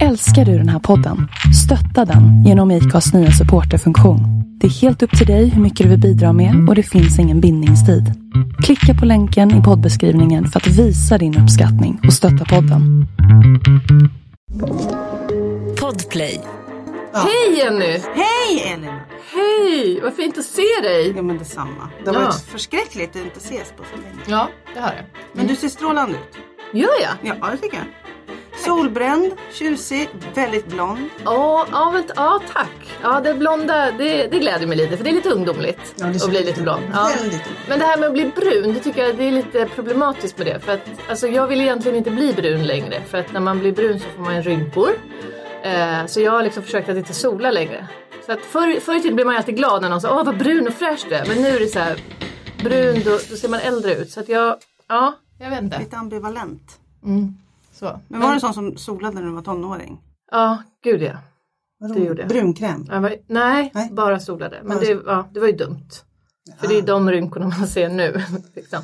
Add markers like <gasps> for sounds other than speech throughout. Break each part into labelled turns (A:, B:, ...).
A: Älskar du den här podden? Stötta den genom IKAs nya supporterfunktion. Det är helt upp till dig hur mycket du vill bidra med och det finns ingen bindningstid. Klicka på länken i poddbeskrivningen för att visa din uppskattning och stötta podden.
B: Podplay.
C: Hej Jenny!
D: Hej Elin!
C: Hej! Vad fint att se dig!
D: Ja men detsamma. Det har
C: Ja.
D: varit förskräckligt att inte ses på så länge.
C: Ja, det har jag.
D: Men du ser strålande ut.
C: Gör jag?
D: Ja det tycker jag. Solbränd, tjusig, väldigt blond.
C: Ja, ja, vänta, ja tack. Ja, det blonda, det, det gläder mig lite för det är lite ungdomligt
D: Ja, det ser
C: att bli
D: lite-
C: lite blond. Ja.
D: väldigt ungdomligt.
C: Men det här med att bli brun, det tycker jag det är lite problematiskt med det. För att, alltså, jag vill egentligen inte bli brun längre för att när man blir brun så får man en rynkor. Eh, så jag har liksom försökt att inte sola längre. Så att förr, förr i tiden blev man ju alltid glad när någon sa åh vad brun och fräsch du är. Men nu är det så här, brun då, då ser man äldre ut. Så att jag, ja, jag vet inte. Mm.
D: Lite ambivalent.
C: Så.
D: Men var du en sån som solade när du var tonåring?
C: Ja, gud ja.
D: Vadå?
C: Det gjorde jag.
D: Brunkräm?
C: Ja, men- nej,
D: Nej.
C: bara solade. Men
D: Bara
C: det, ja, det var ju dumt. För det är de rynkorna man ser nu. <laughs> Liksom.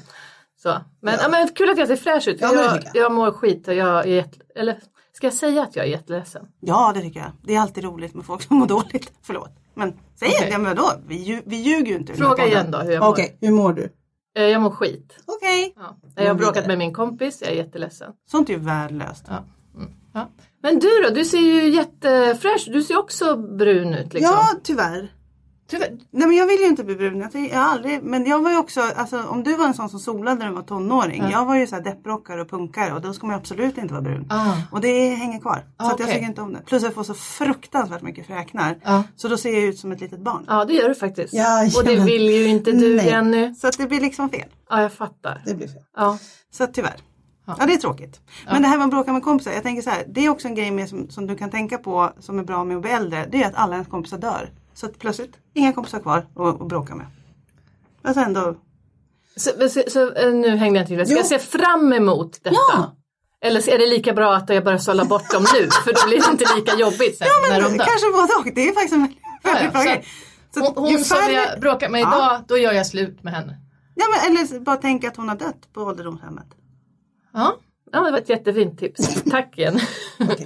C: Så. Men, ja. men kul att jag ser fräsch ut.
D: Ja,
C: För
D: men det
C: jag,
D: tycker jag.
C: jag mår skit och jag är jätte, Eller ska jag säga att jag är jätteledsen?
D: Ja det tycker jag. Det är alltid roligt med folk som mår dåligt. <laughs> Förlåt. Men säg
C: Okej.
D: det, men vadå? Vi, lju- vi ljuger ju inte. i den här
C: Fråga
D: podden.
C: igen då hur jag mår.
D: hur mår du?
C: Eh, Jag mår skit.
D: Okej.
C: Ja. Jag har
D: Men
C: bråkat
D: vidare.
C: med min kompis, jag är jätteledsen.
D: Sånt är ju värdelöst.
C: Ja. Mm. Ja. Men du då, du ser ju jättefräsch Du ser också brun ut liksom. Typ-
D: Ja tyvärr.
C: Tyvärr.
D: Nej men jag vill ju inte bli brun. Jag, tänk- jag har aldrig, men jag var ju också, alltså, om du var en sån som solade när du var tonåring. Jag var ju så här depprockare och punkare och då ska man ju absolut inte vara brun.
C: Ah.
D: Och det hänger kvar.
C: Ah,
D: så att jag
C: okej. Ah.
D: tycker inte om det. Plus jag får så fruktansvärt mycket fräknar.
C: Ja.
D: Så då ser jag ut som ett litet barn.
C: ja, det gör du faktiskt.
D: Ja,
C: och det
D: jajamän.
C: vill ju inte du
D: Nej.
C: Jenny.
D: Så att det blir liksom fel.
C: Ja, jag fattar.
D: Det blir fel.
C: Ja.
D: Så att tyvärr.
C: Ah.
D: Ja. det är tråkigt. Men det här med att bråka med kompisar. Jag tänker så här. Det är också en grej med som, som du kan tänka på som är bra med att bli äldre. Det är att alla ens kompisar dör. Så att plötsligt inga kompisar kvar att, att bråka med. Alltså ändå
C: Så, men så, så eh, nu hängde jag inte med. Ska
D: Jo.
C: jag se fram emot detta?
D: Ja.
C: Eller är det lika bra att jag bara sållar bort dem nu? För då blir det inte lika jobbigt sen när de dör.
D: Kanske både och. Det är faktiskt en väldigt
C: Ja,
D: bra
C: ja, så
D: grej. Så
C: Hon,
D: att ju
C: hon som
D: färre-
C: jag bråkat med idag, då gör jag slut med henne.
D: ja, men, Eller bara tänka att hon har dött på ålderdomshemmet.
C: Ja, ja det var ett jättefint tips. Tack igen.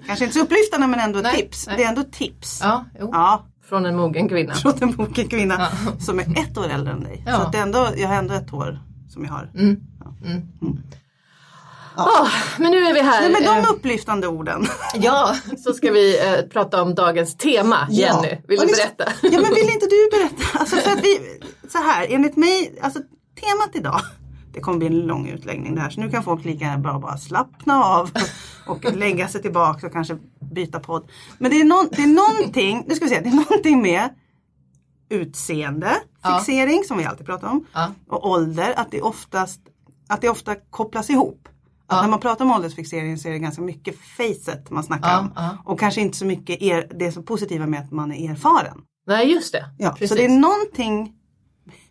D: Kanske inte så upplyftande men ändå
C: Nej,
D: tips.
C: nej.
D: Det är ändå tips.
C: ja, jo.
D: Ja,
C: Från en mogen kvinna.
D: från en mogen kvinna som är ett år äldre än dig.
C: Ja. Mm.
D: Så att det är ändå, jag har ändå ett hår som jag har.
C: Ah, men nu är vi här.
D: Nej, men
C: Eh,
D: de upplyftande orden.
C: Ja, så ska vi eh, prata om dagens tema. Jenny, vill
D: Och
C: du
D: liksom-
C: berätta?
D: Ja men vill inte du berätta? Alltså för att vi, så här, enligt mig, alltså temat idag, det kommer bli en lång utläggning det här så nu kan folk lika bra bara slappna av och lägga sig tillbaka och kanske byta podd. Men det är, någon, det är någonting, nu ska vi se, det är någonting med utseende,
C: Ja.
D: fixering som vi alltid pratar om
C: Ja.
D: och ålder, att det oftast att det ofta kopplas ihop. Att när man pratar om åldersfixering så är det ganska mycket facet man snackar
C: Ja,
D: om.
C: ja.
D: Och kanske inte så mycket er, det så positiva med att man är erfaren.
C: Nej, just det.
D: Ja,
C: Precis.
D: så det är någonting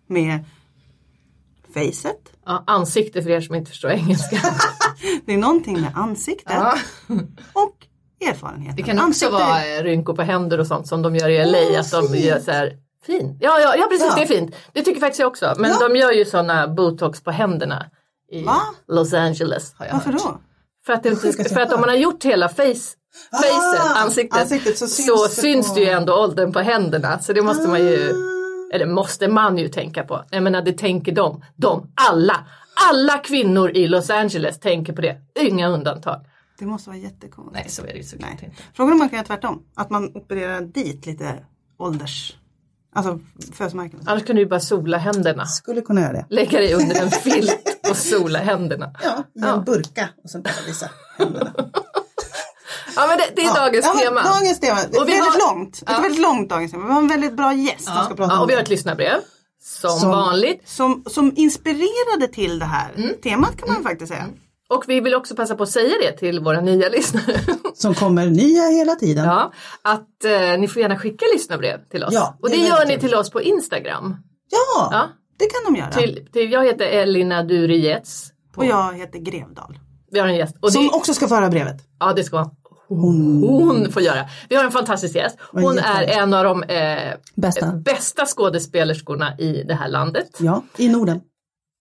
D: med facet.
C: ja, ansikte för er som inte förstår engelska.
D: Det är någonting med ansiktet
C: Ja.
D: och erfarenheten.
C: Det kan också vara eh, rynkor på händer och sånt som de gör i LA. att de gör så här, fin. Ja, ja, ja precis
D: Ja.
C: det är fint. Det tycker faktiskt jag också. Men de gör ju såna botox på händerna i
D: Va?
C: Los Angeles. Har jag
D: Varför
C: hört.
D: då?
C: För att, det, för att om man har gjort hela face, facet, Ah, ansiktet,
D: ansiktet,
C: så
D: så
C: syns,
D: syns
C: det,
D: det på-
C: ju ändå åldern på Ah. händerna. Så det måste man ju, eller måste man ju tänka på. Jag menar det tänker de, de alla. Alla kvinnor i Los Angeles tänker på det. Inga undantag.
D: Det måste vara jättekonstigt.
C: Nej, så är det ju såklart
D: Nej.
C: inte.
D: Frågan är om man kan göra tvärtom. Att man opererar dit lite ålders... Alltså födelsemärken.
C: Annars kan du ju bara sola händerna.
D: Skulle kunna göra det.
C: Lägga dig under en filt och sola händerna.
D: Ja, i en burka och sen bara visa händerna.
C: Ja men det, det är dagens
D: ja, men
C: tema.
D: Dagens tema. Det är
C: vi
D: väldigt
C: har-
D: långt. Ett väldigt långt dagens tema. Vi har en väldigt bra gäst som ska prata
C: Ja,
D: om
C: och vi
D: det.
C: har ett lyssnarbrev. Som,
D: Som-
C: vanligt.
D: som, som inspirerade till det här
C: Mm.
D: temat kan man faktiskt säga.
E: Mm.
C: Och vi vill också passa på att säga det till våra nya lyssnare. <laughs>
E: Som kommer nya hela tiden.
C: ja, att eh, ni får gärna skicka lyssnarbrev till oss.
E: Ja,
C: och det
E: det är
C: gör
E: väldigt
C: ni till oss på Instagram.
E: Ja,
C: Ja,
D: Det kan de göra.
C: till, till, jag heter Elina Durietz.
D: Och jag heter Grevdal.
C: Vi har en gäst. Och
E: Som
C: det,
E: också ska föra brevet.
C: ja, det ska vara hon, hon får göra. Vi har en fantastisk gäst. Hon är
E: jättehärligt.
C: en av de eh,
E: Bästa.
C: bästa skådespelerskorna i det här landet.
E: Ja, i Norden.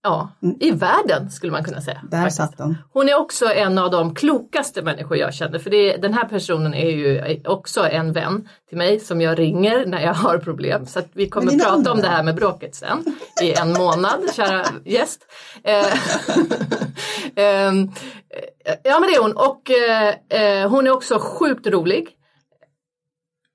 C: Ja, i världen skulle man kunna säga.
E: Där
C: faktiskt.
E: satt den.
C: Hon är också en av de klokaste människor jag känner för det, den här personen är ju också en vän till mig som jag ringer när jag har problem. Så att vi kommer
E: Men dina
C: prata om
E: andra?
C: det här med bråket sen i en månad, kära gäst. Eh, <laughs> ehm, eh, ja men det är hon och eh, eh, hon är också sjukt rolig.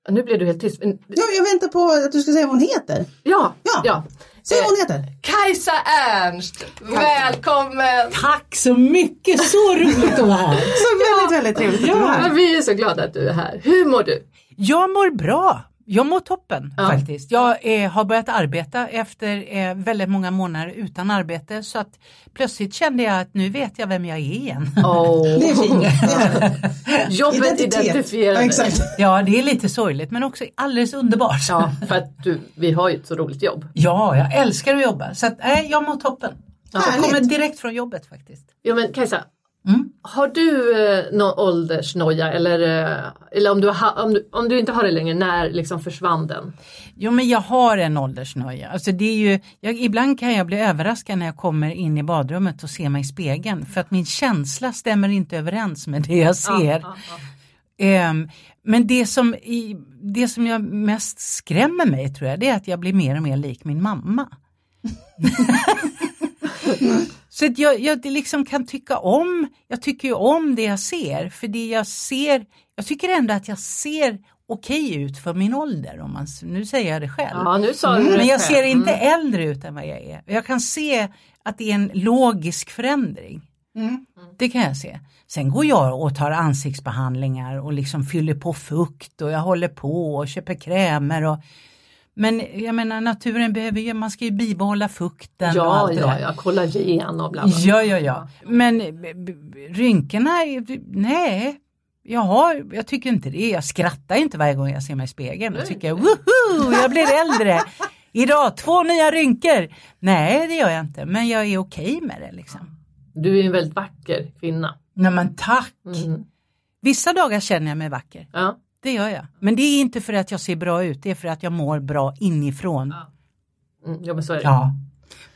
C: Nu blev du helt tyst.
E: Ja, jag väntar på att du ska säga vad hon heter.
C: Ja, ja.
E: Ja. Säg vad hon heter.
C: Kajsa Ernst, välkommen!
B: Tack så mycket, så roligt att vara här.
E: Så väldigt, väldigt trevligt att du är
C: Ja,
E: här.
C: vi är så glada att du är här. Hur mår du?
B: Jag mår bra. Jag mår toppen
C: Ja.
B: faktiskt. Jag eh, har börjat arbeta efter eh, väldigt många månader utan arbete så att plötsligt kände jag att nu vet jag vem jag är igen. <laughs>
E: Det är fint.
C: Jobbet identifierar
E: Ja,
C: dig.
E: exakt.
B: Ja, det är lite sorgligt men också alldeles underbart.
C: Ja, för att du, vi har ju ett så roligt jobb.
B: Ja, jag älskar att jobba så att nej, jag mår toppen. Jag
E: Härligt.
B: kommer direkt från jobbet faktiskt.
C: Jo men Kajsa,
B: Mm.
C: har du eh, någon åldersnoja eller, eh, eller om, du ha, om, du, om du inte har det längre, när liksom försvann den?
B: Jo men jag har en åldersnöja. Alltså det är ju, jag, ibland kan jag bli överraskad när jag kommer in i badrummet och ser mig i spegeln för att min känsla stämmer inte överens med det jag
C: Ja,
B: ser.
C: ja, ja.
B: Ehm, men det som, i, det som jag mest skrämmer mig tror jag det är att jag blir mer och mer lik min mamma. Så att jag, jag liksom kan tycka om, jag tycker ju om det jag ser för det jag ser, jag tycker ändå att jag ser okej ut för min ålder om man, s- nu säger jag det själv.
C: Ja, nu sa du det
B: Mm, Men jag
C: själv.
B: ser inte
C: Mm.
B: äldre ut än vad jag är. Jag kan se att det är en logisk förändring.
C: Mm.
B: Det kan jag se. Sen går jag och tar ansiktsbehandlingar och liksom fyller på fukt och jag håller på och köper krämer. Och... Men jag menar naturen behöver ju, man ska ju bibehålla fukten och
C: Ja,
B: allt det
C: ja,
B: där.
C: ja, kollagen och bla bla.
B: Ja, ja, ja. Men eh, b- b- rynkorna, är- nej. Jag, har, jag tycker inte det. Jag skrattar inte varje gång jag ser mig i spegeln. Jag tycker woho, jag blir äldre. Idag, två nya rynkor. Nej, det gör jag inte. Men jag är okej med det liksom.
C: Du är en väldigt vacker kvinna.
B: Nej men tack.
C: Mm.
B: Vissa dagar känner jag mig vacker.
C: Ja.
B: Det gör jag. Men det är inte för att jag ser bra ut. Det är för att jag mår bra inifrån.
C: Mm, ja, men så är det.
B: Ja.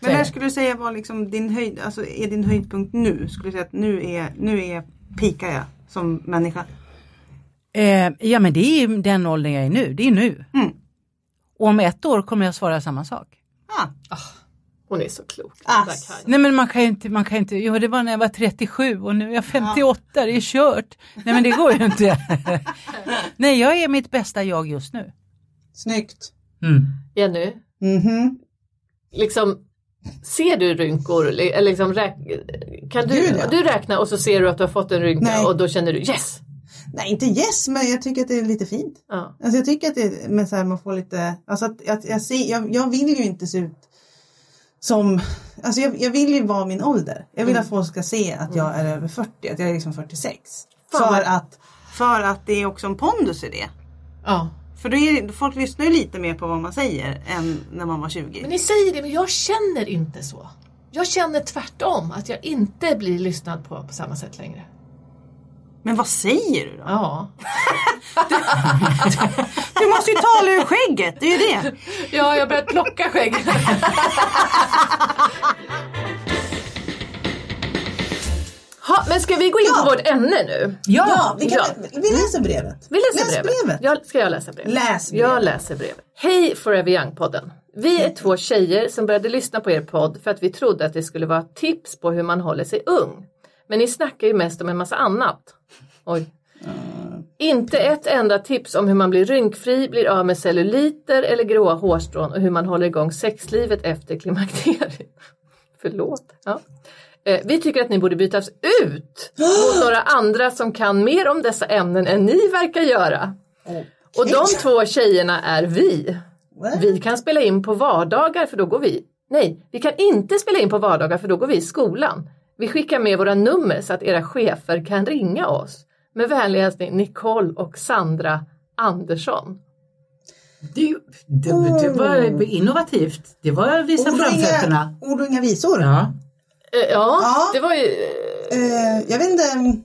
D: Men när skulle du säga var liksom din höjd, alltså är din höjdpunkt nu? Skulle du säga att nu är, nu är pikar jag som människa?
B: Eh, ja men det är ju den åldern jag är nu. Det är nu.
D: Mm.
B: Och om ett år kommer jag svara samma sak.
D: Ah,
C: Hon är så klok.
D: Ah.
C: Tack, Kaj.
B: Nej men man kan ju inte, man kan ju inte, jo det var när jag var 37 och nu är jag 58, det är kört. Nej men det går
F: <laughs>
B: ju inte. Nej jag är mitt bästa jag just nu.
E: Snyggt.
B: Mm.
C: Jenny,
E: Mhm.
C: liksom, ser du rynkor? Eller liksom, räk- kan du,
E: Gud, ja.
C: du räkna och så ser du att du har fått en rynka
E: Nej.
C: och då känner du yes!
E: Nej, inte yes, men jag tycker att det är lite fint.
C: Ja.
E: Alltså jag tycker att det, men så här, man får lite, alltså att, att jag, ser, jag, jag vill ju inte se ut som, alltså jag, jag vill ju vara min ålder. Jag
D: Mm.
E: vill att folk ska se att jag är över 40, att jag är liksom 46.
D: Fan,
E: för
D: vad-
E: att,
D: För att det är också en pondus i det.
C: ja.
D: För då är, det- folk lyssnar ju lite mer på vad man säger än när man var 20.
C: Men ni säger det, men jag känner inte så. Jag känner tvärtom, att jag inte blir lyssnad på på samma sätt längre.
D: Men vad säger du då?
C: Ja,
D: Du måste ju tala ur skägget, det är ju det.
C: ja jag har börjat plocka skägg. ha, men ska vi gå in på vårt ämne nu?
B: Ja,
E: ja, vi, kan,
C: ja.
E: vi läser brevet.
C: Vi läser
E: Läs
C: brevet.
E: brevet.
C: Jag, ska jag läsa brevet?
E: Läs brevet.
C: Jag läser brevet. Hej Forever Young-podden. Vi är två tjejer som började lyssna på er podd för att vi trodde att det skulle vara tips på hur man håller sig ung. Men ni snackar ju mest om en massa annat. Oj. Inte ett enda tips om hur man blir rynkfri, blir av med celluliter eller gråa hårstrån och hur man håller igång sexlivet efter klimakteriet. <laughs> Förlåt. Ja. Eh, Vi tycker att ni borde bytas ut mot några andra som kan mer om dessa ämnen än ni verkar göra. Och de två tjejerna är vi.
E: What?
C: Vi kan spela in på vardagar för då går vi... Nej, vi kan inte spela in på vardagar för då går vi i skolan. Vi skickar med våra nummer så att era chefer kan ringa oss. Med vänlig hälsning Nicole och Sandra Andersson.
F: Det, det, det var innovativt. Det var visa
E: Ord och inga,
F: framfötterna.
E: ord och inga visor.
F: Ja.
C: Eh, Ja,
E: Ja.
C: det var ju...
E: Eh, jag vet inte,
D: mm,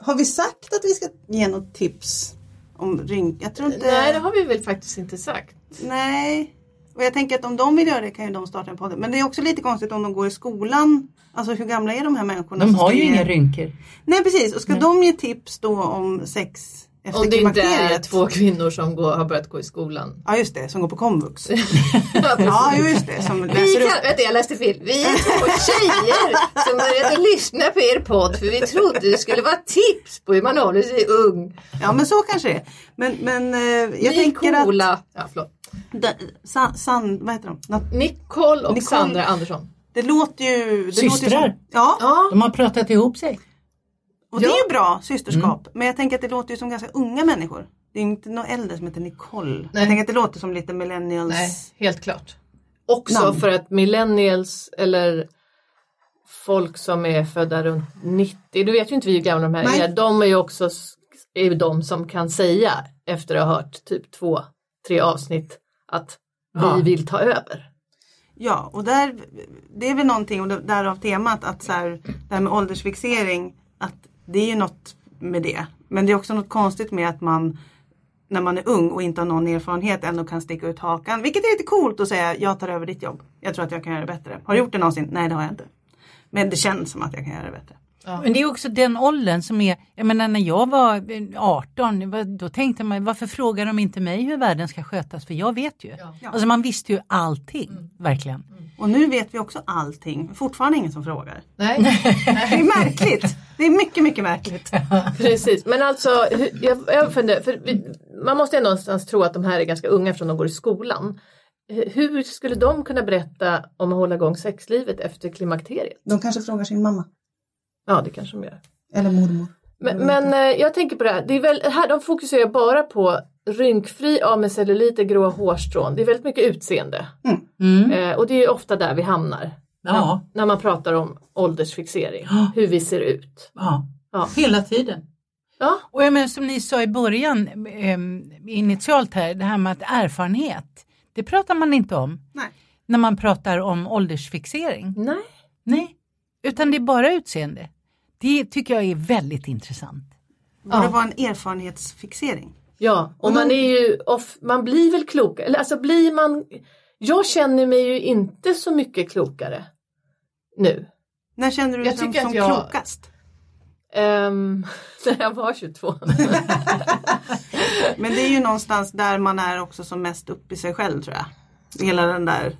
D: Har vi sagt att vi ska ge något tips om rynk? Jag tror inte...
C: Nej, det har vi väl faktiskt inte sagt.
D: Nej. Och jag tänker att om de vill göra det kan ju de starta en podd. Men det är också lite konstigt om de går i skolan. Alltså hur gamla är de här människorna?
B: De
D: som
B: har
D: ska
B: ju
D: ge-
B: inga rynkor.
D: Nej precis, och ska de ge tips då om sex efter
C: Om det inte är
D: klimakteriet?
C: två kvinnor som går, har börjat gå
D: <laughs>
C: i skolan.
D: Ja just det, som går på komvux.
C: Ja, <laughs> precis.
D: Ja just det, som
C: Vi
D: läser upp.
C: kan, vänta, jag läste fel. Vi är
D: <laughs>
C: två tjejer som började lyssna på er podd för vi trodde det skulle vara tips på hur man håller sig ung.
D: Ja men så kanske det är. Men, men eh, jag
C: Ni
D: tänker att
C: coola. Ja, förlåt.
D: Da- san, san, vad heter de? Na-
C: Nicole och
D: Nicole.
C: Sandra Andersson.
D: Det låter ju... Det Låter
B: Systrar.
D: ju som, ja,
C: Ja,
B: De har pratat ihop sig.
D: och det är ju bra systerskap.
C: Mm.
D: Men jag tänker att det låter ju som ganska unga människor. Det är ju inte någon äldre som heter Nicole. Jag
C: Nej.
D: tänker att det låter som lite millennials.
C: nej, helt klart. Också
D: Namn.
C: för att millennials eller folk som är födda runt 90, du vet ju inte vi hur gamla de här
G: Nej.
C: är, de är ju också s- är ju de som kan säga efter att ha hört typ två, tre avsnitt att vi vill ta över.
D: Ja, och där, det är väl någonting, och det- därav temat, att så här, det här med åldersfixering, att det är ju något med det. Men det är också något konstigt med att man när man är ung och inte har någon erfarenhet ändå kan sticka ut hakan. Vilket är lite coolt att säga, jag tar över ditt jobb. Jag tror att jag kan göra det bättre. Har du gjort det någonsin? Nej, det har jag inte. Men det känns som att jag kan göra det bättre.
H: Men det är också den åldern som är, jag menar när jag var eh, 18, vad- då tänkte man varför frågar de inte mig hur världen ska skötas för jag vet ju. Alltså man visste ju allting,
F: Mm.
H: verkligen.
D: Och nu vet vi också allting. Fortfarande ingen som frågar.
C: <laughs> Nej,
D: Det är märkligt. Det är mycket, mycket märkligt.
C: precis. Men alltså, hur- jag, jag funderar, för vi, man måste ju någonstans tro att de här är ganska unga eftersom de går i skolan. H- Hur skulle de kunna berätta om att hålla igång sexlivet efter klimakteriet?
G: De kanske frågar sin mamma.
C: Ja, det kanske de gör.
G: Eller mormor.
C: Men, men eh, jag tänker på det här, det är väl, här de fokuserar bara på rynkfri, av med celluliter, gråa hårstrån. Det är väldigt mycket utseende.
H: Mm.
C: Eh, och det är ju ofta där vi hamnar
B: Ja,
C: när man pratar om åldersfixering, hur vi ser ut.
B: ja.
C: Ja.
B: hela tiden.
C: Ja,
H: Och jag menar som ni sa i början eh, initialt här, det här med att erfarenhet, det pratar man inte om
D: Nej.
H: när man pratar om åldersfixering.
C: nej.
H: Nej, utan det är bara utseende. Det tycker jag är väldigt intressant.
D: Borde vara en erfarenhetsfixering.
C: Ja, och man är ju off, man blir väl klokare. Eller alltså blir man... Jag känner mig ju inte så mycket klokare nu.
D: När känner du dig
C: Jag
D: som,
C: tycker att
D: som
C: jag-
D: klokast?
C: Ehm, <laughs> när jag var 22.
D: Men det är ju någonstans där man är också som mest upp i sig själv tror jag. Hela den där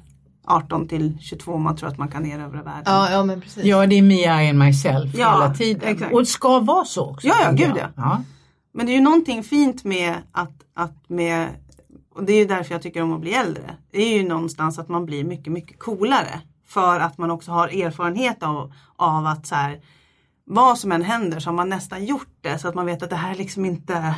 D: 18 till 22 man tror att man kan erövra världen. Ja,
C: ja, men precis.
B: Ja, det är me, I and myself
D: Ja,
B: hela tiden.
D: exakt.
B: Och ska vara så också.
D: Ja, ja,
B: tänker
D: gud,
B: jag.
D: Men det är ju någonting fint med att, att med, och det är ju därför jag tycker om att bli äldre. Det är ju någonstans att man blir mycket, mycket coolare. För att man också har erfarenhet av, av att så här, vad som än händer så har man nästan gjort det så att man vet att det här liksom inte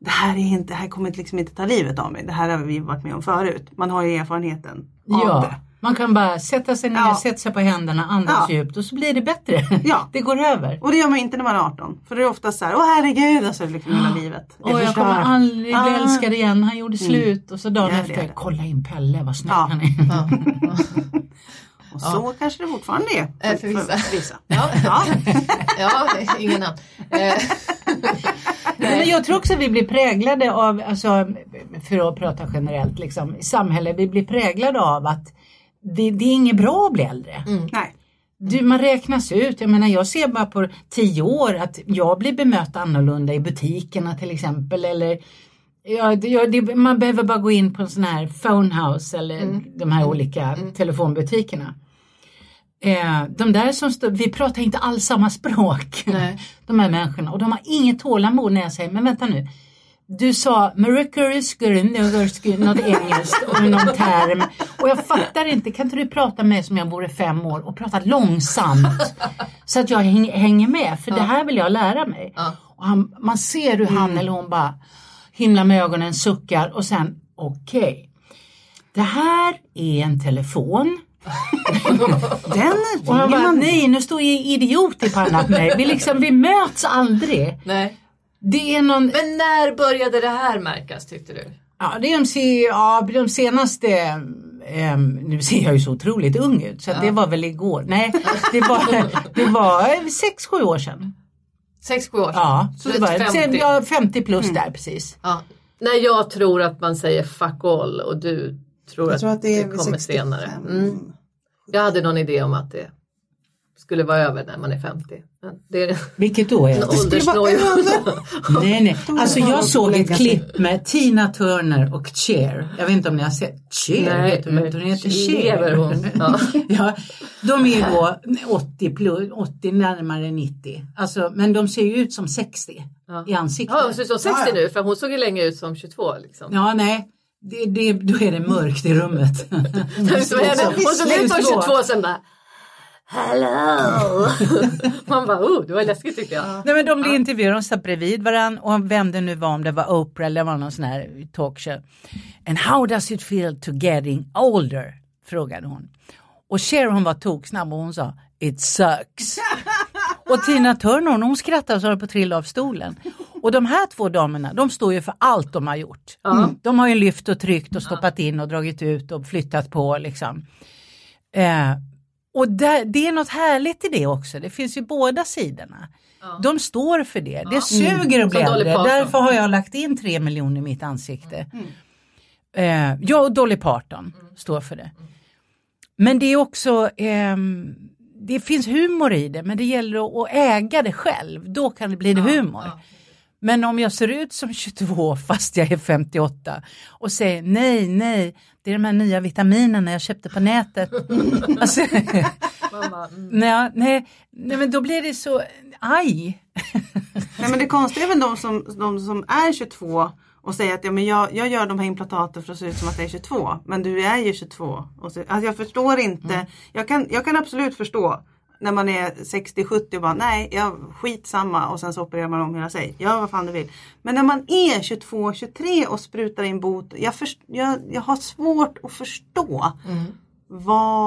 D: det här, är inte, det här kommer liksom inte ta livet av mig. Det här har vi varit med om förut. Man har ju erfarenheten av
B: Ja.
D: det.
B: ja. Man kan bara sätta sig ner,
D: Ja.
B: sätta sig på händerna, andas
D: Ja.
B: djupt och så blir det bättre.
D: Ja.
B: <laughs> Det går över.
D: Och det gör man inte när man är 18. För det är ofta så här, åh herregud, och så är det liksom hela livet.
B: Och jag Mm.
D: förstör.
B: kommer aldrig bli
D: Ah.
B: älskad igen. Han gjorde slut och så dagen
D: Ja, det är
B: efter,
D: det.
B: kolla in Pelle, vad snygg
D: Ja.
B: han är.
C: Ja.
D: Och så kanske det fortfarande är.
C: Äh, för vissa.
D: vissa.
C: Ja.
D: Ja.
C: <laughs> ja, ingen namn. Eh,
B: <laughs> Nej, Men jag tror också vi blir präglade av, alltså, för att prata generellt, liksom, i samhället, vi blir präglade av att det, det är inget bra att bli äldre.
D: Nej.
B: Du, man räknas ut. Jag menar, jag ser bara på tio år att jag blir bemött annorlunda i butikerna till exempel. Eller, ja, det, ja, det, man behöver bara gå in på en sån här phonehouse eller
C: Mm.
B: de här olika telefonbutikerna. Eh, de där som står, vi pratar inte alls samma språk.
C: Nej.
B: <laughs> De här människorna och de har inget tålamod när jag säger, men vänta nu. Du sa Mercury's något
C: <laughs>
B: engelskt och någon term och jag fattar inte, kan inte du prata med mig som jag vore fem år och prata
C: <laughs>
B: långsamt så att jag häng- hänger med för det här vill jag lära mig.
C: Ja. Mm.
B: Och han, man ser hur han eller hon bara himlar med ögonen, suckar och sen okej. Det här är en telefon.
D: Den
B: Och man
D: ringer
B: bara,
D: man
B: nej nu står ju idiot i pannan på mig. Vi, liksom, vi möts aldrig.
C: nej.
B: Det är någon
C: Men när började det här märkas tyckte du?
B: Ja, det är de, se, ja, de senaste, ehm, nu ser jag ju så otroligt ung ut så att det var väl igår, nej det var, det var sex sju år sedan.
C: Sex, sju år sedan?
B: Ja, så det var,
C: 50.
B: Sen, Mm. ja, 50 plus där precis.
C: Ja. När jag tror att man säger fuck all och du tror,
E: Jag tror att det är vid 65.
C: kommer senare. Mm. Jag hade någon idé om att det skulle vara över när man är 50. Men det är
F: Vilket då är
C: en
F: det?
E: skulle vara
C: åldersnoja. <laughs>
F: Nej, nej. Alltså
E: bara
F: jag såg
E: lägga
F: ett
E: sig.
F: klipp med Tina Turner och Cher. Jag vet inte om ni har sett Cher? heter hon, hon heter
C: lever
F: Cher. <laughs>
C: hon. Ja.
F: Ja, de är då 80, plus, 80 närmare 90. Alltså, men de ser ju ut som 60
C: Ja.
F: i ansiktet.
C: Ja, hon ser ut som 60 nu för hon såg ju länge ut som 22. Liksom.
F: Ja, nej. Det, det, då är det mörkt i
C: <laughs>
F: rummet.
C: Så henne, hon såg ut som 22 sen bara Hello! Man bara oh, det var läskigt tyckte jag.
B: Nej men de blev intervjuade, de satt bredvid varandra och vem det nu var, om det var Oprah eller var någon sån här talkshow. And how does it feel to getting older? Frågade hon. Och Cher hon var toksnabb och hon sa It sucks. och Tina Turner hon, hon skrattade så hon höll på att trilla av stolen. Och de här två damerna de står ju för allt de har gjort. Mm. De har ju lyft och tryckt och stoppat in och dragit ut och flyttat på liksom. Eh, och där, det är något härligt i det också, det finns ju båda sidorna. De står för det, det suger att bli
C: Mm. Som Dolly
B: äldre,
C: Parton. Mm.
B: därför har jag lagt in tre miljoner i mitt ansikte. Eh, jag och Dolly Parton står för det. Men det är också, ehm, det finns humor i det, men det gäller att, att äga det själv, då kan det bli humor. Men om jag ser ut som <laughs> 22 fast jag är 58 och säger nej, nej, det är de här nya vitaminerna jag köpte på nätet.
F: <laughs>
B: alltså, <laughs>
C: Mamma, mm.
B: nej, nej, nej, men då blir det så, aj.
D: Nej, men det konstiga är väl de som, de som är 22 och säger att ja, men jag, jag gör de här implantaten för att se ut som att jag är 22. Men du är ju 22. Och så, alltså jag förstår inte.
F: Mm.
D: Jag, kan, jag kan absolut förstå när man är 60-70 och bara nej, jag skitsamma och sen så opererar man om hela sig. Gör vad fan du vill. Men när man är 22-23 och sprutar in bot. Jag, först, jag, jag har svårt att förstå. Vad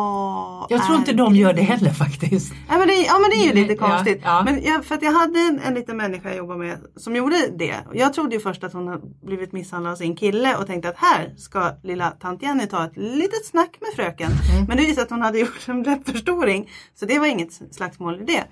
F: Mm. Jag tror
D: är
F: inte de gör det heller faktiskt.
D: Ja men det, ja, men det är ju lite
F: Ja,
D: konstigt.
F: ja.
D: Men jag, för att jag hade en, en liten människa jag jobbade med som gjorde det. Jag trodde ju först att hon hade blivit misshandlad av sin kille och tänkte att här ska lilla tant Jenny ta ett litet snack med fröken. Men det visade sig att hon hade <laughs> gjort en läppförstoring. Så det var inget slagsmål i det.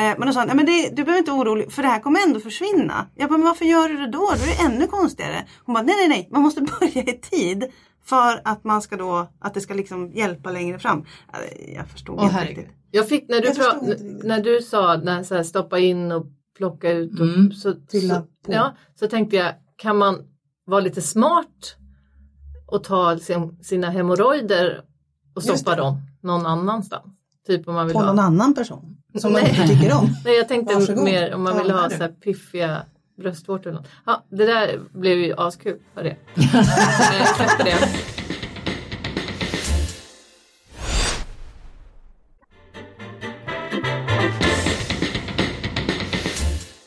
D: Eh, Men då sa han, nej men det, du behöver inte vara orolig för det här kommer ändå försvinna. Jag bara, men varför gör du det då? Då är det ännu konstigare. Hon bara, nej nej nej, man måste <laughs> börja i tid. För att man ska då, att det ska liksom hjälpa längre fram. Eh, Jag förstod
E: Åh,
D: inte
E: herregud.
D: riktigt.
C: Jag fick när du,
E: Jag förstår
C: pra-
E: inte riktigt.
C: när du sa när, så här, stoppa in och plocka ut och
F: Mm.
C: så,
E: Fylla
C: så,
E: på.
C: Ja, så tänkte jag, kan man vara lite smart och ta sin, sina hemorrojder och
E: Just
C: stoppa
E: det.
C: dem någon annanstans? Typ om man vill
E: På någon
C: ha.
E: annan person som man
C: Nej.
E: inte tycker om.
C: Nej, jag tänkte
E: Varsågod.
C: mer om man
E: Ta
C: vill
E: den
C: ha
E: här
C: så
E: du.
C: här piffiga bröstvårtor eller något. Ja, det där blev ju askul.
E: <laughs>
C: Var det. Eh, Tack för det.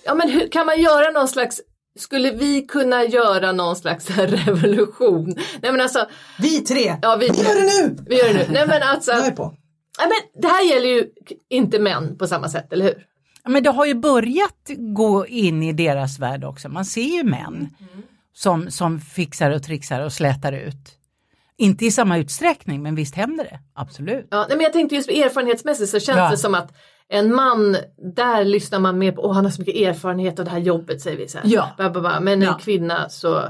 C: Ja, men hur kan man göra någon slags skulle vi kunna göra någon slags <laughs> så här revolution? Nej men alltså,
E: Vi tre!
C: ja vi,
E: Vi gör det nu!
C: vi gör det nu. Nej men alltså,
E: Jag är på.
C: nej, men det här gäller ju inte män på samma sätt, eller hur?
B: Ja, Men det har ju börjat gå in i deras värld också, man ser ju män som, som fixar och trixar och slätar ut. Inte i samma utsträckning, men visst händer det, absolut.
C: Ja, nej, men jag tänkte just erfarenhetsmässigt så känns
B: Ja.
C: det som att en man, där lyssnar man mer på, åh han har så mycket erfarenhet av det här jobbet säger vi så här.
B: Ja.
C: Ba, ba, ba. Men en
B: Ja.
C: kvinna så,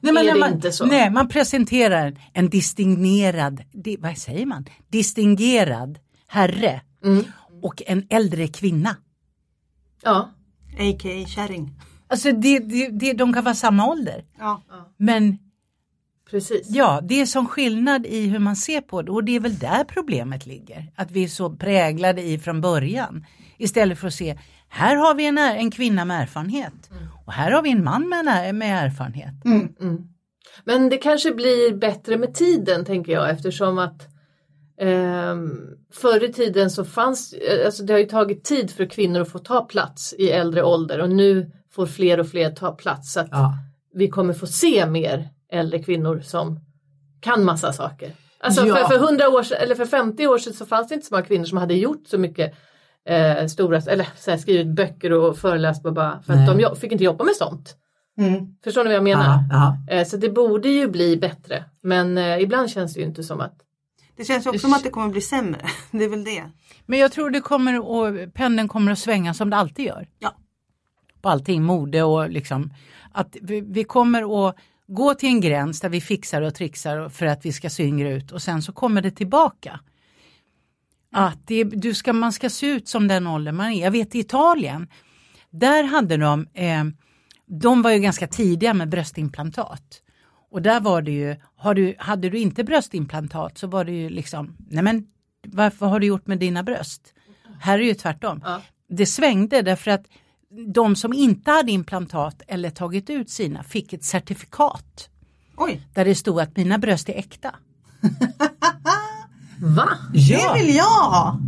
B: Nej,
C: Är
B: när
C: det
B: man,
C: inte så?
B: Nej, man presenterar en distingerad, di, vad säger man, distingerad herre
C: Mm.
B: och en äldre kvinna.
C: ja.
D: A.k.a. kärring.
B: Alltså det, det, det, de kan vara samma ålder.
D: Ja.
B: Men
C: Precis.
B: ja, det är som skillnad i hur man ser på det och det är väl där problemet ligger. Att vi är så präglade i från början. Istället för att se, här har vi en, är- en kvinna med erfarenhet
F: Mm.
B: och här har vi en man med, en är- med erfarenhet.
C: Men det kanske blir bättre med tiden tänker jag eftersom att ehm, förr i tiden så fanns, eh, alltså det har ju tagit tid för kvinnor att få ta plats i äldre ålder och nu får fler och fler ta plats så att
F: Ja.
C: vi kommer få se mer äldre kvinnor som kan massa saker. Alltså
F: Ja.
C: för, för 100 år sedan, eller för 50 år sedan så fanns det inte så många kvinnor som hade gjort så mycket eh, stora, eller så här, skrivit böcker och föreläst och bara, för att
F: Nej.
C: de jo- fick inte jobba med sånt.
E: Mm.
C: Förstår ni vad jag menar?
F: Ja, ja.
C: Eh, så det borde ju bli bättre men eh, ibland känns det ju inte som att
D: Det känns ju också som att det kommer bli sämre. <laughs> Det är väl det.
B: Men jag tror det kommer att, pendeln kommer att svänga som det alltid gör.
D: Ja.
B: På allting, mode och liksom. Att vi, vi kommer att gå till en gräns där vi fixar och trixar för att vi ska se yngre ut och sen så kommer det tillbaka. Att det, du ska, man ska se ut som den ålder man är. Jag vet i Italien, där hade de, eh, de var ju ganska tidiga med bröstimplantat. Och där var det ju, har du, hade du inte bröstimplantat så var det ju liksom, nej men varför har du gjort med dina bröst? Här är ju tvärtom.
C: Ja.
B: Det svängde därför att de som inte hade implantat eller tagit ut sina fick ett certifikat
D: Oj,
B: där det stod att mina bröst är äkta.
C: Va?
B: Ja.
D: det vill jag ha!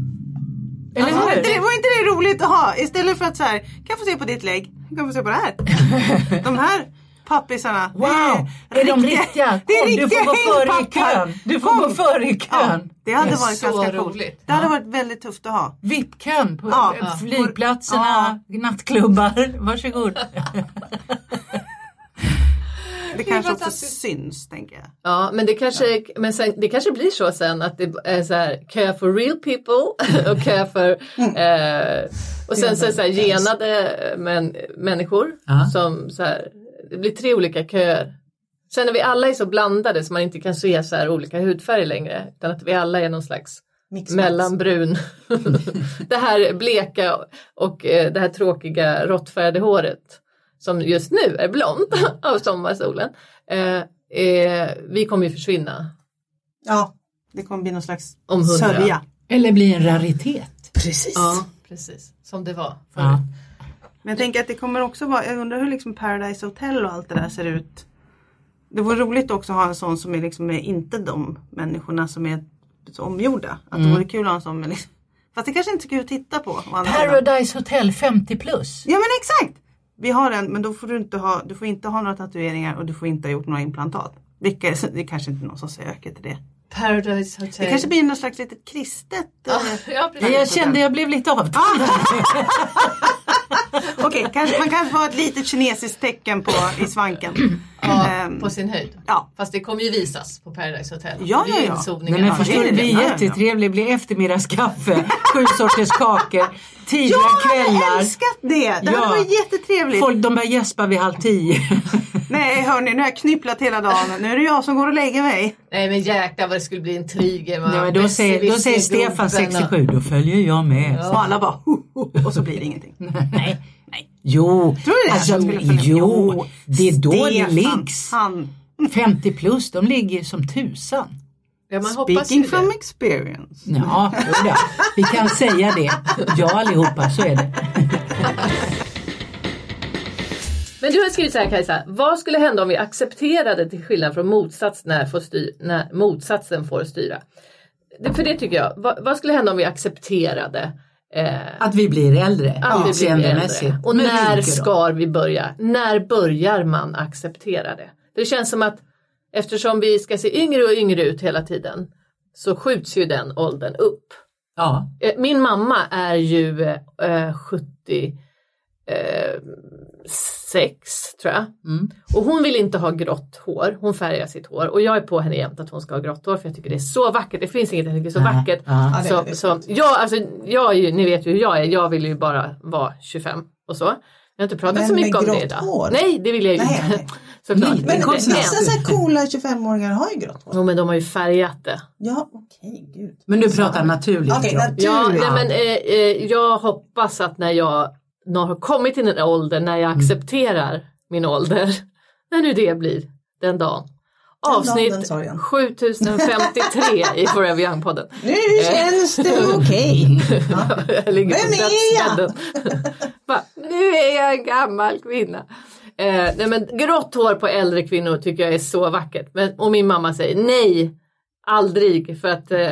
F: Eller
B: Alltså,
D: Var inte,
F: hur?
D: var inte det roligt att ha? Istället för att så här, kan jag få se på ditt lägg? Kan jag få se på det här? De här pappisarna.
F: Wow! Är de riktiga? Kom,
D: <laughs> Det är riktiga
F: du får gå före i
D: hängpackar.
F: kön. Du får gå före i
D: Ja,
F: kön.
D: det hade
C: Det är
D: varit
C: så
D: ganska
C: roligt.
D: coolt. Det hade varit väldigt tufft att ha.
F: VIP-kön på
D: Ja.
F: eh, flygplatserna, nattklubbar. <laughs> Varsågod.
D: Det kanske också
C: fantastiskt.
D: syns, tänker jag.
C: Ja, men det kanske, men sen, det kanske blir så sen att det är så här, care for real people <laughs> och care for, eh, och sen så, är det så här, genade men, människor
F: Ja.
C: som så här, det blir tre olika köer. Sen när vi alla är så blandade så man inte kan se så här olika hudfärger längre, utan att vi alla är någon slags
E: Mix
F: <laughs>
C: mellanbrun. det här bleka och eh, det här tråkiga råttfärgade håret som just nu är blont <laughs> av sommarsolen. Eh, eh, vi kommer ju försvinna
E: Ja,
D: Det kommer bli någon slags
C: om hundra.
D: sörja.
F: Eller bli en raritet.
E: precis.
C: Ja, precis. Som det var.
F: Ja.
D: Men jag tänker att det kommer också vara, jag undrar hur liksom Paradise Hotel och allt det där ser ut. Det vore roligt också att ha en sån som är liksom är inte de människorna som är så omgjorda. Att
C: Mm.
D: det vore kul att ha en sån. Men liksom, fast det kanske inte är så kul att titta på. å andra sidan.
F: Paradise Hotel 50 plus.
D: Ja men exakt! Vi har en men då får du inte ha, du får inte ha några tatueringar och du får inte ha gjort några implantat. Vilka, det är kanske inte någon som söker till det.
C: Paradise
D: Det
C: Hotel.
D: kanske blir något slags litet kristet. eh,
C: Ja,
F: Nej,
C: precis.
F: Jag kände jag blev lite av.
D: Ah. Okej, kanske, man kanske har ett litet kinesiskt tecken på i svanken.
C: Ja,
D: Ehm,
C: på sin höjd.
D: ja.
C: Fast det kommer ju visas på Paradise Hotel.
D: Ja,
C: Det är ju
D: ja, ja.
F: <laughs>
C: inzoomningen.
F: Nej, men
D: Ja,
F: förstår
D: det
F: du,
D: är
F: det blir
D: det. Ja, ja.
F: jättetrevligt. Det blir eftermiddagskaffe, sju sorters kakor, tidiga
D: Jag
F: kvällar.
D: hade älskat det! Det
F: Ja.
D: hade varit jättetrevligt.
F: Folk, de börjar gäspa vid halv tio.
D: Nej hörni, nu har jag knypplat hela dagen. Nu är det jag som går och lägger mig.
C: Nej men jäklar vad det skulle bli intriger. va?
F: <laughs> Nej, men då, säger, då säger Stefan
C: Besserwisser-gubben och-
F: 67, då följer jag med.
D: Och alla bara ho, ho, och så blir det ingenting.
F: Nej, nej. Jo,
D: Tror du det?
F: alltså,
D: Jag skulle följa med.
F: jo, det är då det
D: Stefan,
F: liggs.
D: Han.
F: 50 plus, de ligger som tusan.
C: Ja, man hoppas ju
D: Speaking from
C: det.
D: experience.
F: Ja, jodå. vi kan säga det. Ja allihopa, så är det.
C: Men du har skrivit så här Kajsa, vad skulle hända om vi accepterade till skillnad från motsats när, får styr, när motsatsen får styra? Det, för det tycker jag, vad, vad skulle hända om vi accepterade eh,
F: Att vi blir äldre,
C: att vi blir
F: utseendemässigt.
C: äldre? Och
F: Men
C: när
F: vilka då?
C: ska vi börja? När börjar man acceptera det? Det känns som att eftersom vi ska se yngre och yngre ut hela tiden så skjuts ju den åldern upp.
F: Ja,
C: Eh, Min mamma är ju eh, 76 tror jag.
F: Mm.
C: Och hon vill inte ha grått hår, hon färgar sitt hår och jag är på henne jämt att hon ska ha grått hår för jag tycker det är så vackert, det finns inget jag tycker är så
F: Ja,
C: vackert.
F: ja.
E: det är
C: Så,
E: väldigt
C: så, jag, alltså, jag är ju, ni vet ju hur jag är, jag vill ju bara vara 25 och så. Jag har inte pratat
E: Men
C: så mycket
E: med
C: om det
E: grått
C: idag.
E: hår?
C: Nej, det vill jag ju
E: Nej,
C: inte.
E: nej.
C: <laughs> Såklart.
F: Nej,
E: Men
C: inte.
E: vissa
C: men,
E: så här coola 25-åringar har ju grått hår.
C: jo, men de har ju färgat det.
E: Ja, okej, gud.
F: men du pratar naturligt.
E: Okej,
F: Rob.
E: naturligt.
C: Ja,
E: Ja.
C: nej, men, eh, eh, jag hoppas att när jag, när jag har kommit till den där åldern, när
E: Mm.
C: jag accepterar min ålder, <laughs> när nu det blir den dagen.
E: dagen,
C: Avsnitt
E: den sorgen.
C: 7053 i Forever Young-podden.
E: Nu känns det okej.
C: <laughs> Jag ligger på
E: Vem är jag?
C: dödsbädden. <laughs> Bara, nu är jag en gammal kvinna. Eh, nej men grått hår på äldre kvinnor tycker jag är så vackert. Men, och min mamma säger nej, aldrig. För att eh,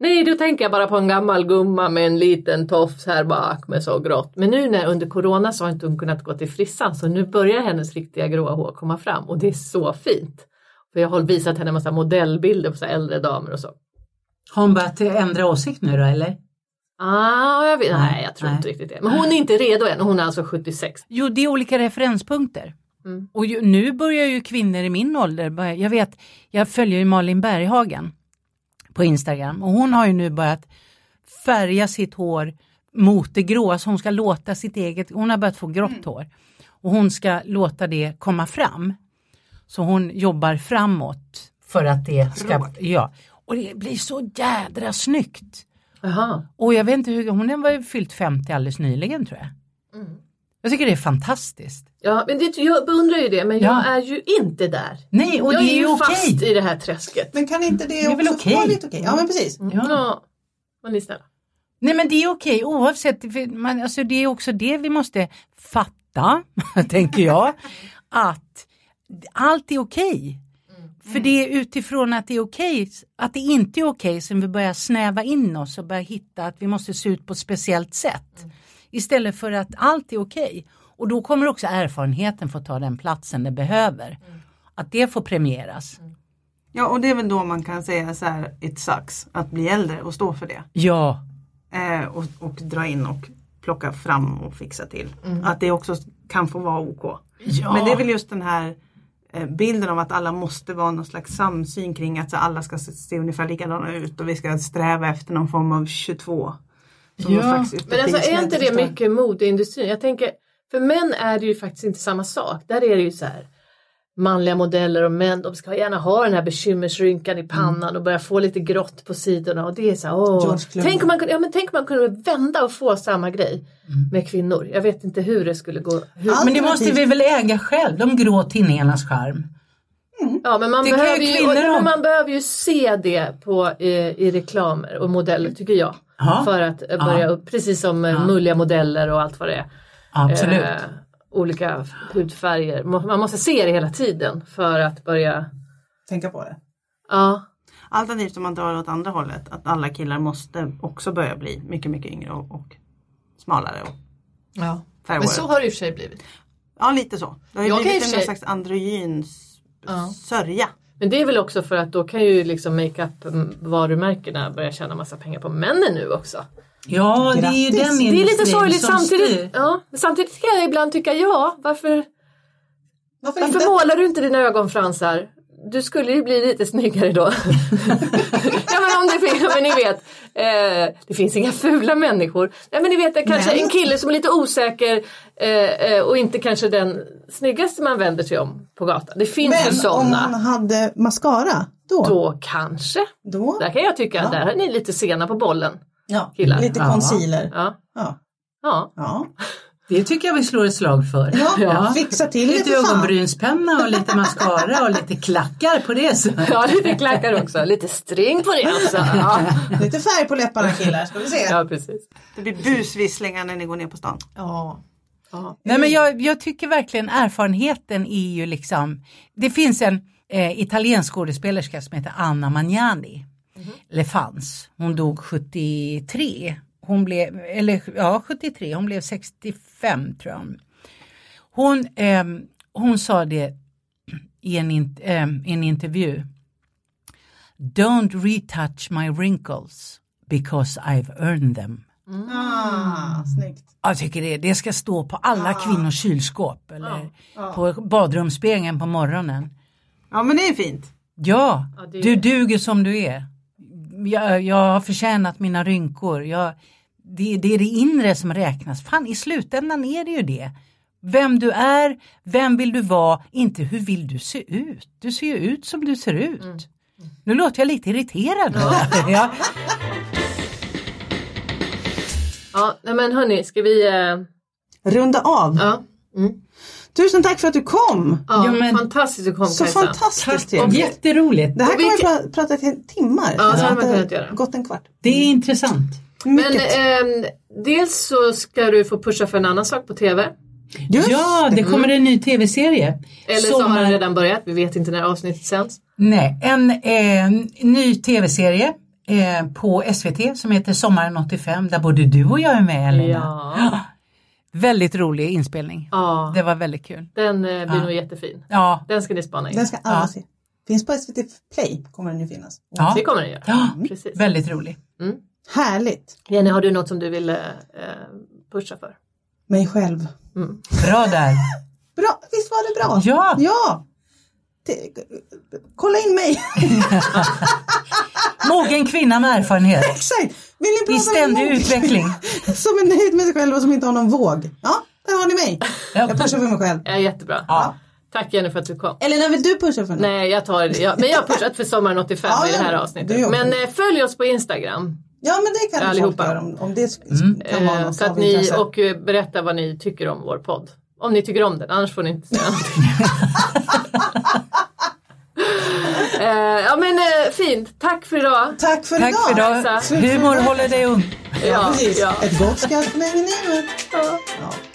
C: nej, då tänker jag bara på en gammal gumma med en liten tofs här bak med så grått. Men nu när under corona så har inte hon kunnat gå till frissan så nu börjar hennes riktiga gråa hår komma fram och det är så fint. För jag har visat henne en massa modellbilder på så här äldre damer och så.
F: Har hon börjat ändra åsikt nu då eller?
C: Ah, jag vet,
F: Nej,
C: nej, jag tror
F: nej.
C: inte riktigt det. Men hon är inte redo än och hon är alltså 76.
B: Jo, det är olika referenspunkter.
C: Mm.
B: Och ju, nu börjar ju kvinnor i min ålder, börja- jag vet, jag följer ju Malin Berghagen på Instagram och hon har ju nu börjat färga sitt hår mot det gråa så hon ska låta sitt eget, hon har börjat få grått hår och hon ska låta det komma fram. Så hon jobbar framåt.
F: För att det ska...
D: Tråkigt.
B: Ja. Och det blir så jädra snyggt.
C: Jaha.
B: Och jag vet inte hur, hon var ju fyllt 50 alldeles nyligen tror jag.
C: Mm.
B: Jag tycker det är fantastiskt.
C: Ja, men det, jag beundrar ju det, men
B: Ja.
C: jag är ju inte där.
B: Nej, och
C: jag
B: det är ju
C: fast
B: okej.
C: i det här träsket.
E: Men kan inte det,
B: är väl
E: också
B: okej?
E: vara lite okej? Ja men precis.
B: Ja.
C: Ja, men ni är snälla.
B: Nej men det är okej oavsett, för man, alltså det är också det vi måste fatta, <laughs> tänker jag, att allt är okej. För det är utifrån att det är okej, att det inte är okej som vi börjar snäva in oss och börjar hitta att vi måste se ut på ett speciellt sätt. Istället för att allt är okej. Och då kommer också erfarenheten få ta den platsen det behöver. Att det får premieras.
D: Ja, och det är väl då man kan säga så här, it sucks att bli äldre och stå för det.
B: Ja,
D: Eh, och, och dra in och plocka fram och fixa till.
C: Mm.
D: Att det också kan få vara OK.
B: Ja.
D: Men det är väl just den här eh, bilden av att alla måste vara någon slags samsyn kring att så alla ska se se ungefär likadana ut och vi ska sträva efter någon form av 22. Som
F: Ja.
D: någon slags utopi
C: Men alltså
D: som
C: är
D: jag
C: inte det
D: förstår.
C: mycket modeindustrin? Jag tänker, för män är det ju faktiskt inte samma sak. Där är det ju så här manliga modeller och män, de ska gärna ha den här bekymmersrynkan i pannan och börja få lite grått på sidorna och det är så här, åh.
E: George Clooney.
C: Tänk om, man kunde, ja, men tänk om man kunde vända och få samma grej med kvinnor. Jag vet inte hur det skulle gå. Hur,
E: Allt-
B: men det måste vi väl äga själv, de grå tinningarnas charm.
C: ja, men man,
B: det kan ju
C: behöver ju,
B: kvinnor ha.
C: och, man behöver ju se det på, i, i reklamer och modeller tycker jag.
B: Ja.
C: För att eh,
B: Ja.
C: börja upp, precis som ja. mulliga modeller och allt vad det är.
B: Absolut.
C: eh, olika hudfärger. Må- Man måste se det hela tiden för att börja...
E: Tänka på det.
C: Ja,
D: Alternativt om man drar åt andra hållet, att alla killar måste också börja bli mycket, mycket yngre och, och smalare och
C: ja. men så
D: färgvårade.
C: har det i och för sig blivit.
D: Ja, lite så. Det har ju
C: Jag kan i och
D: blivit
C: för
D: en
C: sig-
D: slags androgyn s-
C: Ja.
D: sörja.
C: Men det är väl också för att då kan ju liksom makeup-varumärkena börja tjäna massa pengar på männen nu också.
B: Ja, det är ju
E: Grattis.
B: den
C: Det är lite
B: industrin
C: sorgligt
B: som
C: samtidigt.
B: styr.
C: Ja, men samtidigt kan jag ibland tycka, ja, varför,
E: Varför
C: varför
E: inte?
C: målar du inte dina ögonfransar? Du skulle ju bli lite
E: <laughs>
C: snyggare då. ja men om det finns, ja, men ni vet. Eh, det finns inga fula människor. Nej men ni vet det är kanske
E: Nej.
C: en kille som är lite osäker eh, eh, och inte kanske den snyggaste man vänder sig om på gatan. Det finns ju
E: Men Alltså, om man
C: sådana.
E: hade mascara då?
C: Då kanske.
E: Då?
C: Där kan jag tycka, där är ni lite sena på bollen.
E: Ja,
C: Killar.
E: lite
B: Ja.
E: concealer.
C: Ja.
E: Ja.
C: ja.
E: Ja.
B: Det tycker jag vi slår ett slag för.
E: Ja. fixa till det
B: Lite
E: för fan.
B: ögonbrynspenna och lite mascara och lite klackar på det sättet.
C: <laughs> Ja, lite klackar också. Lite string på det också. Ja,
E: Lite färg på läpparna killar, ska vi se.
C: ja precis.
D: Det blir busvisslingar när ni går ner på stan.
E: Ja.
B: Nej men jag, jag tycker verkligen erfarenheten är ju liksom, det finns en eh, italiensk skådespelerska som heter Anna Magnani, eller fanns, hon dog 73, hon blev, eller ja 73, hon blev 65 tror jag. hon- Hon, ehm, hon sa det i en, in, ehm, i en intervju, Don't retouch my wrinkles because I've earned them.
E: Ah, snyggt.
B: Jag tycker det, det ska stå på alla
C: Ah.
B: kvinnors kylskåp eller på badrumsspegeln på morgonen.
D: Ja, men det är fint.
B: Ja,
C: Ja, det är
B: du
C: det.
B: duger som du är. Jag, jag har förtjänat mina rynkor. Jag, det, det är det inre som räknas. Fan, i slutändan är det ju det. Vem du är, vem vill du vara, inte hur vill du se ut. Du ser ju ut som du ser ut.
C: Mm.
B: Nu låter jag lite irriterad. <laughs> Ja.
C: Ja, nej, men hörni, ska vi... Eh,
E: Runda av.
C: ja. Mm.
E: Tusen tack för att du kom.
C: Ja,
B: Ja, men-
C: fantastiskt att komma
E: Så
C: Kajsa.
E: fantastiskt trevligt.
B: Jätteroligt.
E: Det här
C: Och
E: kan vi
C: vilken-
E: pra- prata i timmar.
C: Ja, det hade man
E: har
C: kunnat göra.
E: Gått en kvart.
B: Det är intressant.
C: Men
E: Mycket.
C: ehm, dels så ska du få pusha för en annan sak på TV.
E: Just
B: Ja, det kommer en ny tv-serie.
C: Mm. Eller så har den redan börjat, vi vet inte när avsnittet sänds.
B: Nej, en eh, ny tv-serie eh, på SVT som heter Sommaren 85 där både du och jag är med Elena.
C: Ja.
B: <gasps> Väldigt rolig inspelning.
C: Ja,
B: Det var väldigt kul.
C: den eh, blir nog jättefin.
B: Ja,
C: Den ska ni spana in.
E: Den ska alla
B: Ja.
E: se. Finns på SVT Play kommer den ju finnas.
B: ja,
C: Det kommer den göra.
B: ja
C: <gasps> Precis.
B: väldigt rolig.
E: Härligt.
C: Jenny, har du något som du vill eh, eh, pusha för?
E: Mig själv.
B: Bra där.
E: Bra, visst var det bra?
B: Ja.
E: ja. Te- kolla in
D: <laughs>
E: mig.
B: Mogen kvinna med
C: <laughs>
B: erfarenhet
E: Exakt. Vill ni prata
B: i
E: med
B: ständig
E: någon
D: <laughs>
B: utveckling.
E: Som är nöjd med sig själv och som inte har någon våg. Ja, där har ni mig.
B: Ja.
E: Jag pushar för mig själv.
C: Ja, jättebra.
B: Ja.
C: Tack Jenny för att du kom.
D: Eller när vill du pusha för något?
C: Nej, jag tar det. Jag, men jag har pushat för sommaren 85
D: Ja,
C: i det här
D: ja, det
C: avsnittet.
D: gör
C: Men
D: vi.
C: eh, följ oss på Instagram.
D: Ja men det kan
C: Allihopa.
D: folk göra om, om det
B: Mm.
D: sk- kan vara
C: Eh,
D: något
C: så att
D: av
C: ni,
D: intresse.
C: och eh, berätta vad ni tycker om vår podd. Om ni tycker om den, annars får ni inte säga
D: <laughs>
C: någonting. eh, ja men eh, fint, tack för idag.
D: Tack för
B: Tack för
D: idag!
B: idag. Humor håller dig ung.
D: Ja, precis. Ett gott skratt förlänger livet.
C: ja.
D: Ja.